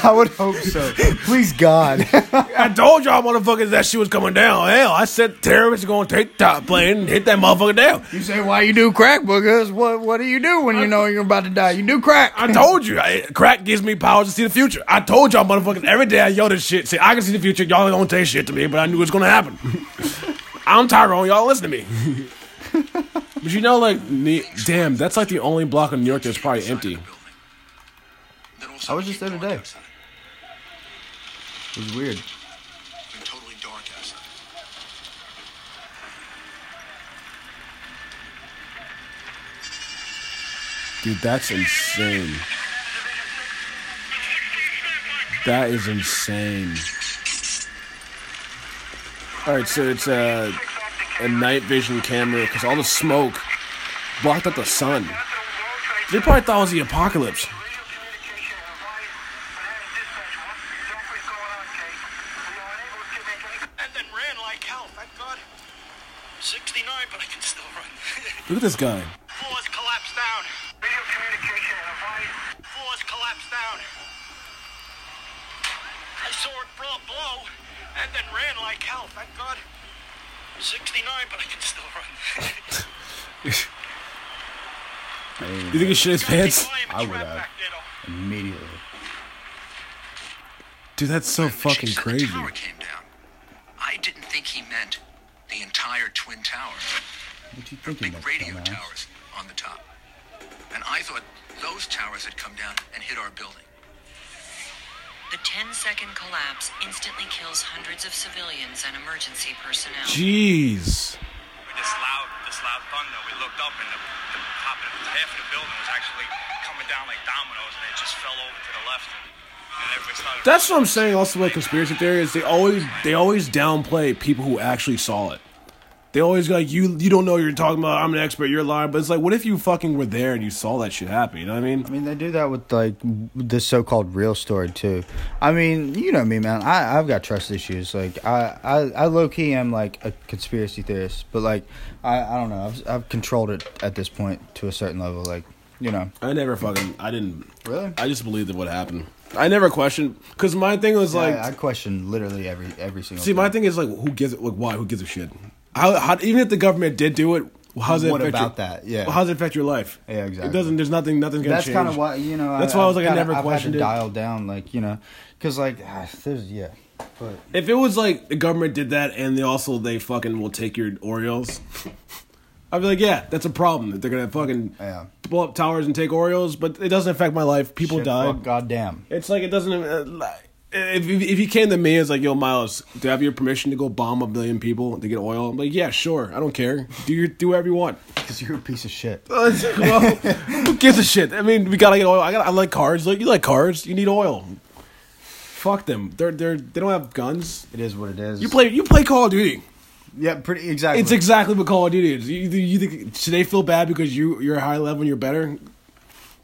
C: I would hope so. Please, God.
A: I told y'all motherfuckers that shit was coming down. Hell, I said terrorists are gonna take the top plane and hit that motherfucker down.
C: you say why you do crack boogers? What What do you do when you know you're about to die? You do crack.
A: I told you, I, crack gives me power to see the future. I told y'all motherfuckers every day I yell this shit. Say, I can see the future. Y'all don't say shit to me, but I knew it was going to happen. I'm Tyrone. Y'all listen to me. but you know, like, ne- damn, that's like the only block in New York that's probably empty.
C: I was just there today. It was weird.
E: totally dark outside.
A: Dude, that's insane. That is insane. All right, so it's a, a night vision camera because all the smoke blocked out the sun. They probably thought it was the apocalypse.
D: And then ran like hell, thank God. 69, but I can still run.
A: Look at this guy.
D: Floors collapse down. Radio communication advised. Floors collapse down. I saw it blow, blow, and then ran like hell, thank God. 69, but I can still run.
A: You think he shit his pants?
C: I would have. Immediately.
A: Dude, that's so fucking
E: She said
A: crazy.
E: The tower came down. I didn't think he meant the entire twin tower.
C: What you
E: There were
C: thinking,
E: big
C: that
E: radio
C: dumbass?
E: towers on the top. And I thought those towers had come down and hit our building.
H: The 10 second collapse instantly kills hundreds of civilians and emergency personnel.
A: Jeez.
D: With this loud, this loud thunder, we looked up and the, the top of the, half of the building was actually coming down like dominoes and it just fell over to the left. And everybody started.
A: That's what I'm saying. Also, like conspiracy theories, they always they always downplay people who actually saw it. They always go like you you don't know what you're talking about. I'm an expert. You're lying. But it's like, what if you fucking were there and you saw that shit happen? You know what I mean?
C: I mean, they do that with like the so-called real story too. I mean, you know me, man. I I've got trust issues. Like I I, I low key am like a conspiracy theorist, but like I I don't know. I've I've controlled it at this point to a certain level. Like you know,
A: I never fucking I didn't
C: Really?
A: I just believed in what happened. I never questioned because my thing was like
C: I, I question literally every every single.
A: see my thing is like who gives like why who gives a shit? How, how even if the government did do it, how does it
C: What
A: affect your-
C: about that? Yeah.
A: how does it affect your life?
C: Yeah, exactly.
A: It doesn't. There's nothing. Nothing's gonna
C: That's
A: change.
C: kind of why you know.
A: That's why I was like, I
C: kinda-
A: never
C: I've
A: questioned
C: had
A: it.
C: to dial down, like you know, because like ah, there's yeah, but
A: If it was like the government did that and they also they fucking will take your Oreos, I'd be like, yeah, that's a problem that they're gonna fucking
C: Yeah.
A: blow up towers and take Oreos. But it doesn't affect my life. People
C: shit,
A: died.
C: fuck, goddamn.
A: It's like it doesn't. Uh, like, if if if he came to me and was like, yo, Miles, do I have your permission to go bomb a million people to get oil? I'm like, yeah, sure. I don't care. Do your do whatever you want.
C: Because you're a piece of shit.
A: Uh, well, who gives a shit? I mean, we gotta get oil. I got. I like cars. Like you like cars. You need oil. Fuck them. They're they're they don't have guns.
C: It is what it is.
A: You play you play Call of Duty.
C: yeah, pretty exactly.
A: It's exactly what Call of Duty is. You, you think should they feel bad because you you're high level and you're better?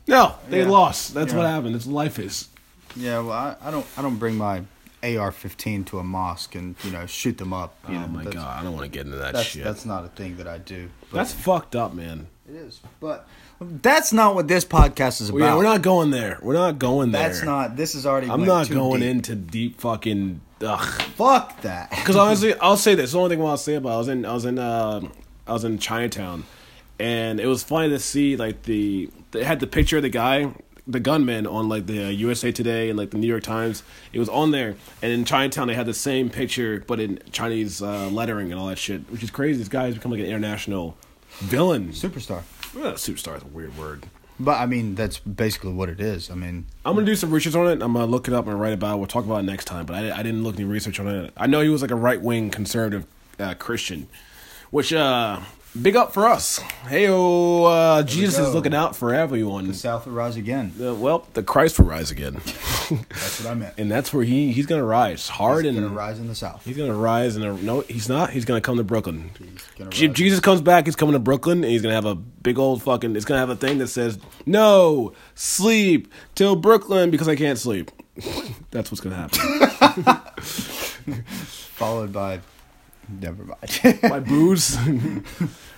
A: No, they
C: Yeah.
A: lost. That's what
C: Yeah.
A: happened. That's what life is.
C: Yeah, well, I, I don't, I don't bring my AR-15 to a mosque and you know shoot them up.
A: Oh
C: You know, that's,
A: I don't want to get into that
C: that's that's not a thing that I do. But
A: That's fucked up, man.
C: it is, but that's not what this podcast is about.
A: Well, yeah, we're not going there. We're not going there.
C: That's not. This is already.
A: I'm
C: went
A: not
C: too
A: going
C: deep.
A: into deep fucking. Ugh.
C: Fuck that.
A: Because honestly, I'll say this. The only thing I'll say about it, I was in I was in uh, I was in Chinatown, and it was funny to see like the they had the picture of the guy, the gunman on like the uh, USA Today and like the New York Times. It was on there, and in Chinatown they had the same picture but in Chinese uh, lettering and all that shit, which is crazy. This guy has become like an international villain.
C: Superstar.
A: Ugh, superstar is a weird word.
C: But I mean, that's basically what it is. I mean,
A: I'm gonna do some research on it. I'm gonna look it up and write about it. We'll talk about it next time. But I, I didn't look any research on it. I know he was like a right wing conservative uh, Christian, which uh, Big up for us. Hey, oh, uh, Jesus
C: go.
A: is looking out for everyone.
C: South will rise again.
A: Uh, well, the Christ will rise again,
C: That's what I meant.
A: and that's where he he's gonna rise hard
C: It's
A: and
C: gonna rise in the South.
A: He's gonna rise and no, he's not. He's gonna come to Brooklyn.
C: gonna
A: Je-
C: rise.
A: Jesus comes back. He's coming to Brooklyn, and he's gonna have a big old fucking. It's gonna have a thing that says "No sleep till Brooklyn" because I can't sleep. That's what's gonna happen.
C: Followed by, never mind,
A: My booze,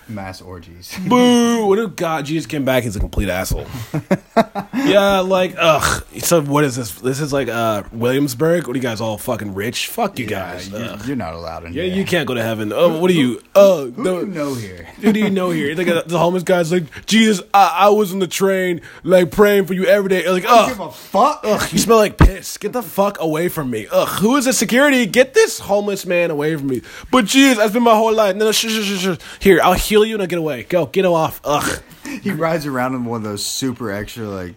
C: mass orgies.
A: boo. What if God Jesus came back? He's a complete asshole. yeah, like ugh. So what is this? This is like uh Williamsburg. What are you guys all fucking rich? Fuck you guys.
C: Yeah,
A: Ugh.
C: you're, you're not allowed in
A: Yeah,
C: here.
A: you can't go to heaven. Oh, what are you? Oh,
C: Who do you know here?
A: Who do you know here? Like uh, the homeless guy's like, Jesus, I, I was on the train, like praying for you every day. Like,
C: Give a
A: ugh,
C: fuck.
A: ugh, you smell like piss. Get the fuck away from me. Ugh, who is this security? Get this homeless man away from me. But Jesus, I spent my whole life. No, no, shh, shh, shh, shh. Here, I'll heal you and I'll get away. Go, get him off. Ugh.
C: He rides around in one of those super extra like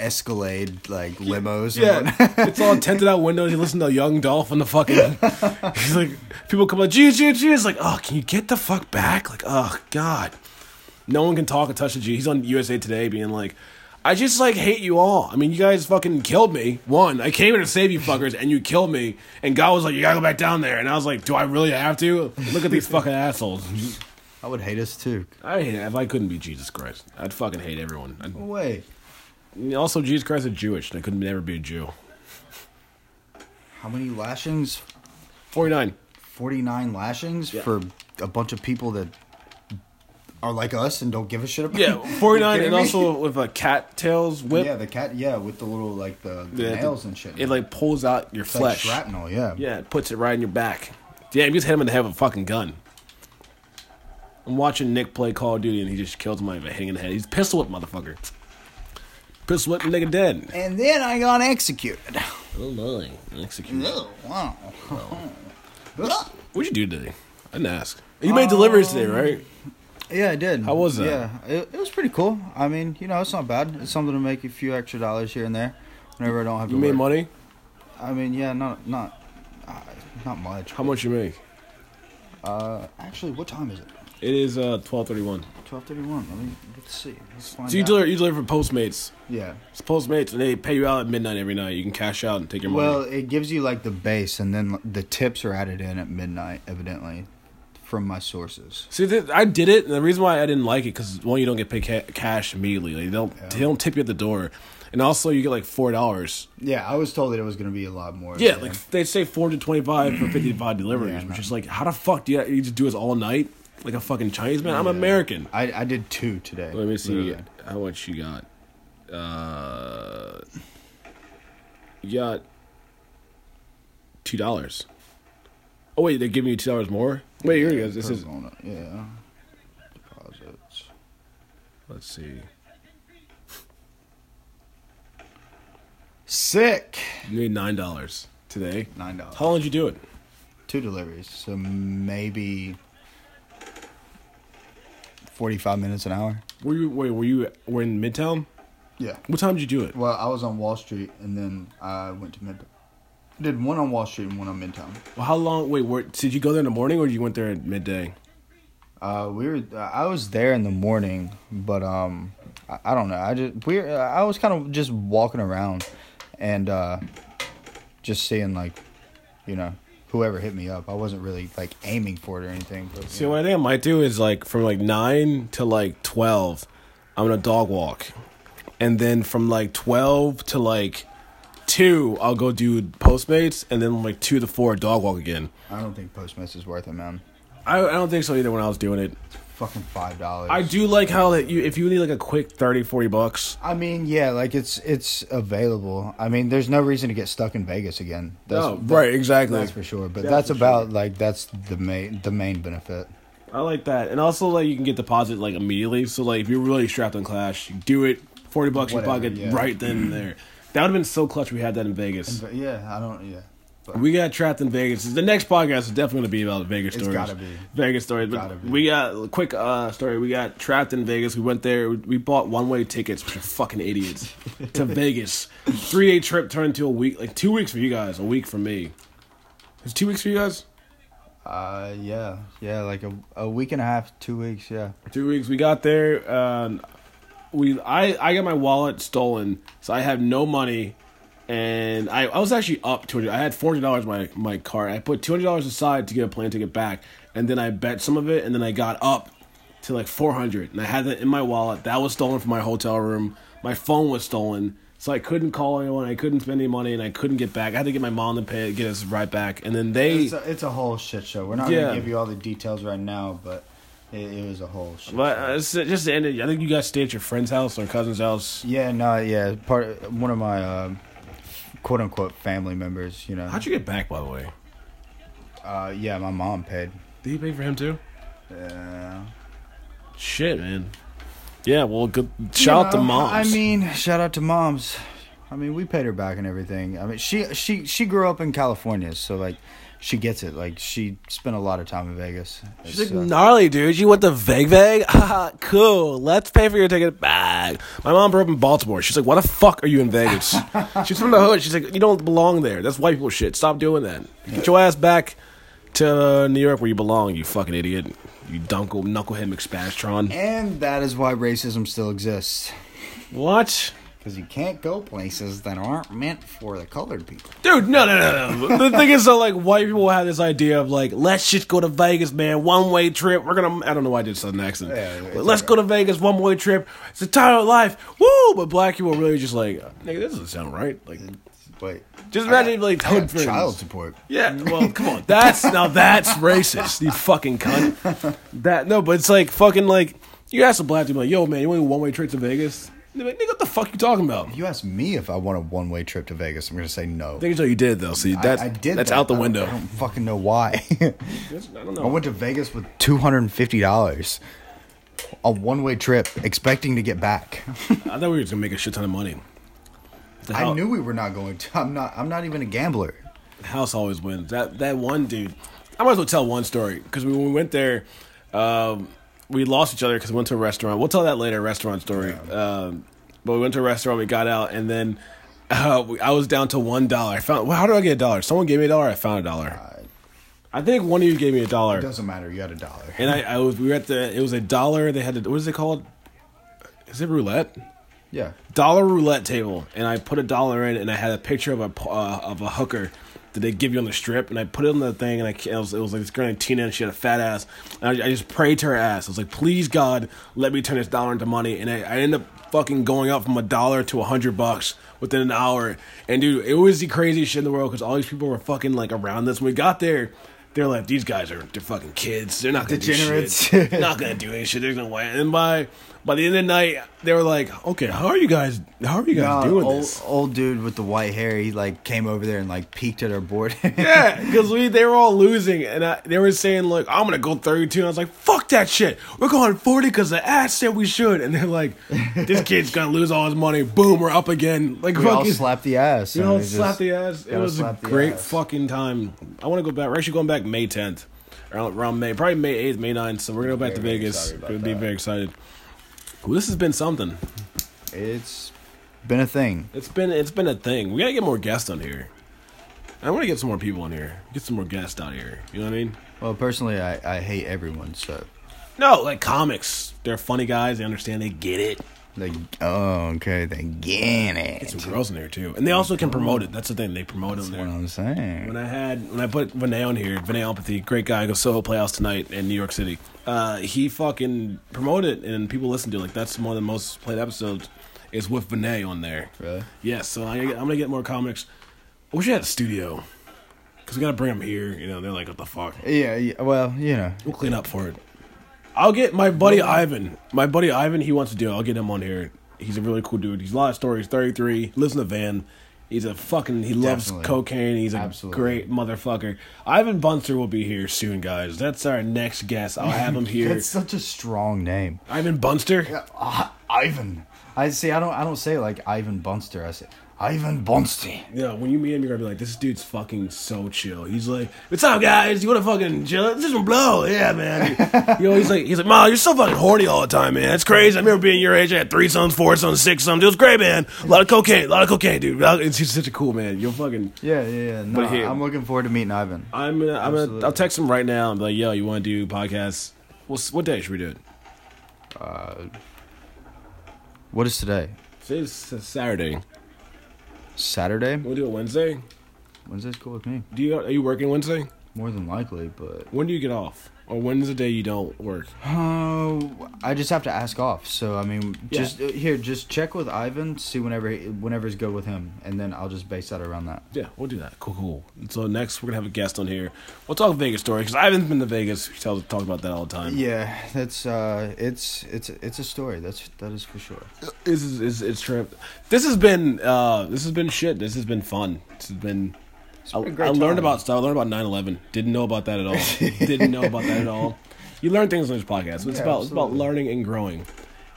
C: Escalade like limos. and
A: Yeah,
C: whatnot.
A: it's all tinted out windows. You listen to Young Dolph on the fucking. He's like, people come like, Jesus, Jesus, Jesus. Like, oh, can you get the fuck back? Like, oh God, no one can talk and touch the G. He's on USA Today being like, I just like hate you all. I mean, you guys fucking killed me. One, I came here to save you fuckers, and you killed me. And God was like, you gotta go back down there. And I was like, do I really have to? Look at these fucking assholes.
C: I would hate us too.
A: I hate it. if I couldn't be Jesus Christ, I'd fucking hate everyone. I'd,
C: Wait,
A: also, Jesus Christ is Jewish, and I could never be a Jew.
C: how many lashings?
A: Forty nine.
C: Forty nine lashings for a bunch of people that are like us and don't give a shit about.
A: Yeah,
C: You
A: 49
C: kidding
A: and
C: me?
A: also with a cattail's whip.
C: yeah, the cat. Yeah, with the little like the, the
A: Yeah,
C: nails and shit.
A: It like pulls out your
C: It's like
A: flesh.
C: shrapnel. Yeah.
A: yeah, it puts it right in your back. Damn, you just hit him in the head with a fucking gun. I'm watching Nick play Call of Duty and he just kills him by hitting in the head. He's pistol whipped, motherfucker. Pistol whipped, nigga dead.
C: And then I got executed.
A: Oh my. Execute.
C: Oh, wow.
A: What'd you do today? I didn't ask. You made deliveries today, right?
C: Yeah, I did.
A: How was that?
C: Yeah, it, it was pretty cool. I mean, you know, it's not bad. It's something to make a few extra dollars here and there whenever I don't have
A: You
C: to
A: made
C: work.
A: money?
C: I mean, yeah, not not uh, not much.
A: How much you make?
C: Uh, actually, what time is it?
A: It is uh twelve thirty one.
C: Twelve thirty-one. Let me let's see. Let's find
A: So you
C: out.
A: deliver you deliver Postmates.
C: Yeah.
A: It's Postmates and they pay you out at midnight every night. You can cash out and take your money.
C: Well, it gives you like the base, and then the tips are added in at midnight, evidently, from my sources.
A: See, th- I did it, and the reason why I didn't like it because one, you don't get paid ca- cash immediately. Like, they don't they don't tip you at the door, and also you get like four dollars.
C: Yeah, I was told that it was going to be a lot more.
A: Yeah,
C: than-
A: like they say four to twenty five for fifty five deliveries,
C: Yeah,
A: which
C: no.
A: is like how the fuck do you, you just do this all night like a fucking Chinese man? I'm American.
C: I I did two today.
A: Let me see
C: literally.
A: how much you got. Uh, you got two dollars. Oh wait, they're giving you two dollars more. Wait, here it goes. This is
C: Arizona, yeah. Deposits.
A: let's see.
C: Sick.
A: You made nine dollars today.
C: Nine dollars.
A: How long did you do it?
C: Two deliveries, so maybe forty-five minutes an hour.
A: Were you wait? Were you were in Midtown?
C: Yeah.
A: What time did you do it?
C: Well, I was on Wall Street, and then I went to Mid. Did one on Wall Street and one on Midtown.
A: Well, how long? Wait, were, did you go there in the morning or you went there at midday?
C: Uh, we were. I was there in the morning, but um, I, I don't know. I just we. uh, I was kind of just walking around, and uh, just seeing like, you know, whoever hit me up. I wasn't really like aiming for it or anything. But,
A: See, what I think I might do is like from like nine to like twelve, I'm gonna dog walk, and then from like twelve to like two, I'll go do Postmates, and then like two to four, dog walk again.
C: I don't think Postmates is worth it, man.
A: I, I don't think so either. When I was doing it,
C: Fucking five dollars.
A: I do like how that you if you need like a quick 30, 40 bucks.
C: I mean, yeah, like it's it's available. I mean, there's no reason to get stuck in Vegas again.
A: No, Oh, right, exactly.
C: That's for sure. But
A: That's
C: that's,
A: for
C: about like that's the main the main benefit.
A: I like that, and also like you can get deposit like immediately. So like if you're really strapped on Clash, you do it forty bucks in your
C: Whatever,
A: pocket
C: yeah.
A: right then and there. That would have been so clutch. if We had that in Vegas.
C: But yeah, I don't. Yeah, but
A: We got trapped in Vegas. The next podcast is definitely going to be about Vegas
C: It's
A: stories.
C: gotta be.
A: Vegas stories.
C: Gotta
A: But
C: be.
A: we got a quick uh, story. We got trapped in Vegas. We went there. We- We bought one way tickets. Which are fucking idiots to Vegas. Three day trip turned into a week, like two weeks for you guys, a week for me. It's two weeks for you guys.
C: Uh, yeah, yeah, like a a week and a half, two weeks, yeah.
A: Two weeks. We got there. Um, we I I got my wallet stolen, so I have no money, and I, I was actually up to it. I had four hundred dollars my my car. I put two hundred dollars aside to get a plane ticket back, and then I bet some of it, and then I got up to like four hundred, and I had that in my wallet. That was stolen from my hotel room. My phone was stolen. So I couldn't call anyone, I couldn't spend any money, and I couldn't get back. I had to get my mom to pay get us right back, and then they
C: It's a, it's a whole shit show. We're not
A: Yeah.
C: gonna give you all the details right now, but it, it was a whole shit.
A: But
C: show.
A: uh, it's- it just ended. I think you guys stayed at your friend's house or cousin's house.
C: yeah, no, yeah, part one of my um, quote unquote family members, you know.
A: How'd you get back, by the way?
C: Uh, yeah, my mom paid.
A: Did he pay for him too?
C: Yeah.
A: Shit, man. Yeah, well, good. Shout out to
C: You know,
A: moms.
C: I mean, shout out to moms. I mean, we paid her back and everything. I mean, she she she grew up in California, so like, she gets it. Like, she spent a lot of time in Vegas. uh,
A: she's like
C: So-
A: gnarly, dude. You went to Veg Veg? Haha, cool. Let's pay for your ticket back. My mom grew up in Baltimore. She's like, "Why the fuck are you in Vegas?" she's from the hood. She's like, "You don't belong there. That's white people shit. Stop doing that. Get your ass back to uh, New York where you belong. You fucking idiot. You dunkle knucklehead McSpastron.
C: and that is why racism still exists,
A: What?"
C: because you can't go places that aren't meant for the colored people.
A: Dude, no, no, no, no. the thing is that like white people have this idea of like, let's just go to Vegas, man, one way trip. We're gonna, I don't know why I did Southern accent.
C: Yeah, it's
A: But let's go to Vegas, one way trip. It's the time of life, woo! But black people are really just like, nigga, this doesn't sound right. Like,
C: Wait,
A: just imagine like
C: I
A: hood
C: got
A: friends.
C: child support.
A: Yeah, well, come on. That's now that's racist. You fucking cunt. That no, but it's like fucking like you ask a black dude like, yo, man, you want one way trip to Vegas? They're like, nigga, what the fuck you talking about?
C: You asked me if I want a one-way trip to Vegas. I'm gonna say no.
A: Things that you did though. See,
C: I-
A: that's
C: I, did.
A: that's
C: that.
A: out the
C: I don't-
A: window.
C: I don't fucking know why.
A: I don't know.
C: I went to Vegas with two hundred and fifty dollars, a one-way trip, expecting to get back.
A: I thought we were just gonna make a shit ton of money. The
C: I
A: hou-
C: knew we were not going to. I'm not. I'm not even a gambler.
A: the house always wins. That that one dude. I might as well tell one story because when we went there, um, we lost each other because we went to a restaurant. We'll tell that later. Restaurant story. Um, but we went to a restaurant. We got out and then. Uh, we- I was down to one dollar. I found. Well, how do I get a dollar? Someone gave me a dollar. I found a dollar. I think one of you gave me a dollar.
C: Doesn't matter. You got a dollar.
A: And I, I was. We were at the. It was a dollar. They had. A, what is it called? Is it roulette?
C: Yeah.
A: dollar roulette table, and I put a dollar in, and I had a picture of a p- uh, of a hooker that they give you on the strip, and I put it on the thing, and I ca- it was, it was like this girl named Tina, and she had a fat ass, and I, I just prayed to her ass. I was like, please God, let me turn this dollar into money, and I, I ended up fucking going up from a dollar to a hundred bucks within an hour, and dude, it was the craziest shit in the world because all these people were fucking like around this. When we got there. They're like these guys are they're fucking kids. They're not gonna
C: Degenerates.
A: do shit. Not not gonna do any shit. There's no way. And by by the end of the night, they were like, "Okay, how are you guys? How are you guys
C: Uh,
A: doing
C: old,
A: this?"
C: old dude with the white hair. He like came over there and like peeked at our board.
A: Yeah, because we they were all losing, and I, they were saying like, "I'm gonna go 32," and I was like, "Fuck that shit. We're going 40 because the ass said we should." And they're like, "This kid's gonna lose all his money. Boom, we're up again." Like
C: we all
A: fucking-
C: slapped the ass.
A: We
C: and
A: all
C: just-
A: slapped the ass. It
C: gotta
A: was a
C: slap the
A: great
C: ass.
A: fucking time. I want to go back. We're actually going back May 10th, around, around May, probably May 8th, May 9th. So we're gonna go back to
C: Very
A: Vegas.
C: sorry about
A: Gonna be
C: that.
A: very excited. Well, this has been something.
C: It's been a thing.
A: It's been it's been a thing. We gotta get more guests on here. I want to get some more people on here. Get some more guests out here. You know what I mean?
C: Well, personally, I, I hate everyone. So
A: No, like comics. They're funny guys. They understand. They get it.
C: like, oh, okay, then get
A: Some
C: it.
A: girls in there too, and they also can promote it. That's the thing. They promote it.
C: That's
A: on
C: what
A: there.
C: I'm saying.
A: When I had when I put Vinay on here, Vinay Empathy, great guy, goes Soho Playhouse tonight in New York City. Uh, he fucking promoted it and people listen to it. Like that's one of the most played episodes is with Vinay on there.
C: Really?
A: Yeah. So I, I'm gonna get more comics. I wish I had a studio because we gotta bring them here. You know, they're like, what the fuck?
C: Yeah, yeah. Well, you know.
A: We'll clean up for it. I'll get my buddy Ivan. My buddy Ivan, he wants to do it. I'll get him on here. He's a really cool dude. He's a lot of stories. Thirty three, lives in a van. He's a fucking. He loves
C: Definitely.
A: cocaine. He's a
C: Absolutely.
A: great motherfucker. Ivan Bunster will be here soon, guys. That's our next guest. I'll have him here.
C: That's such a strong name. Uh,
A: Ivan Bunster.
C: Ah, Ivan. I see. I don't. I don't say like Ivan Bunster. I say Ivan Bonstein.
A: Yeah, when you meet him, you're gonna be like, this dude's fucking so chill. He's like, what's up, guys? You wanna fucking chill? This one blow, yeah, man. you know, he's like, he's like, Ma, you're so fucking horny all the time, man. That's crazy. I remember being your age. I had three sons, four sons, six sons. It was great, man. A lot of cocaine, a lot of cocaine, dude. It's, he's such a cool man. You're fucking.
C: Yeah, yeah, yeah. No,
A: But he-
C: I'm looking forward to meeting Ivan.
A: I'm gonna, I'm gonna,
C: Absolutely.
A: I'll text him right now and be like, yo, you wanna do podcasts? Well, s- what day should we do it?
C: What is today?
A: Today's S- Saturday.
C: Saturday?
A: We'll do it Wednesday.
C: Wednesday's cool with me.
A: Do you are you working Wednesday?
C: More than likely, but
A: When do you get off? Or when's the day you don't work?
C: oh, I just have to ask off. So I mean,
A: Yeah.
C: just uh, here, just check with Ivan, see whenever he, whenever's good with him, and then I'll just base that around that.
A: Yeah, we'll do that. Cool, cool. So next we're gonna have a guest on here. We'll talk Vegas story because I haven't been to Vegas. We tell talk about that all the time.
C: Yeah, that's uh, it's it's it's a story. That's that is for sure.
A: this is it's, it's trip. This has been uh, this has been shit. This has been fun. This has been. I,
C: been a great
A: I learned
C: time.
A: about stuff. I learned about 9-11. Didn't know about that at all. Didn't know about that at all. You learn things on this podcast. It's
C: Yeah,
A: about it's about
C: absolutely.
A: learning and growing.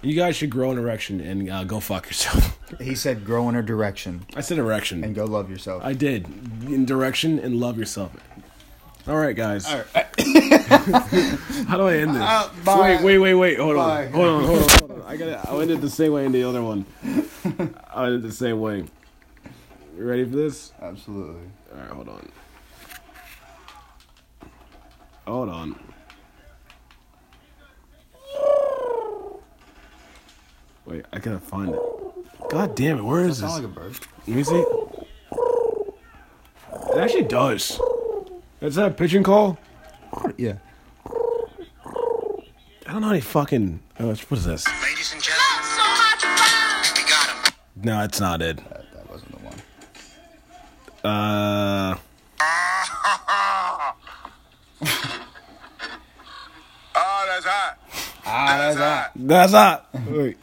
A: You guys should grow an erection and uh, go fuck yourself.
C: He said, "Grow in her direction
A: I said erection.
C: and go love yourself."
A: I did. In direction and love yourself. All right, guys. All right. How do I end this?
C: Uh, bye.
A: Wait, wait, wait, wait. Hold
C: Bye.
A: on. Hold on, hold on, hold on. I gotta. I ended the same way in the other one. I ended the same way. You ready for this?
C: Absolutely.
A: All right, hold on. Hold on. Wait, I gotta find it. God damn it! Where is
C: Sound
A: this?
C: like a bird.
A: Let me see. It actually does. Is that a pigeon call?
C: Yeah.
A: I don't know any fucking. Oh, what is this?
E: Ladies and gentlemen, we got him.
A: No, it's not it.
C: That, that wasn't the one.
A: Uh.
F: Oh, that's hot.
C: Ah, that's that.
A: That's not. Wait.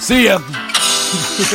A: See ya.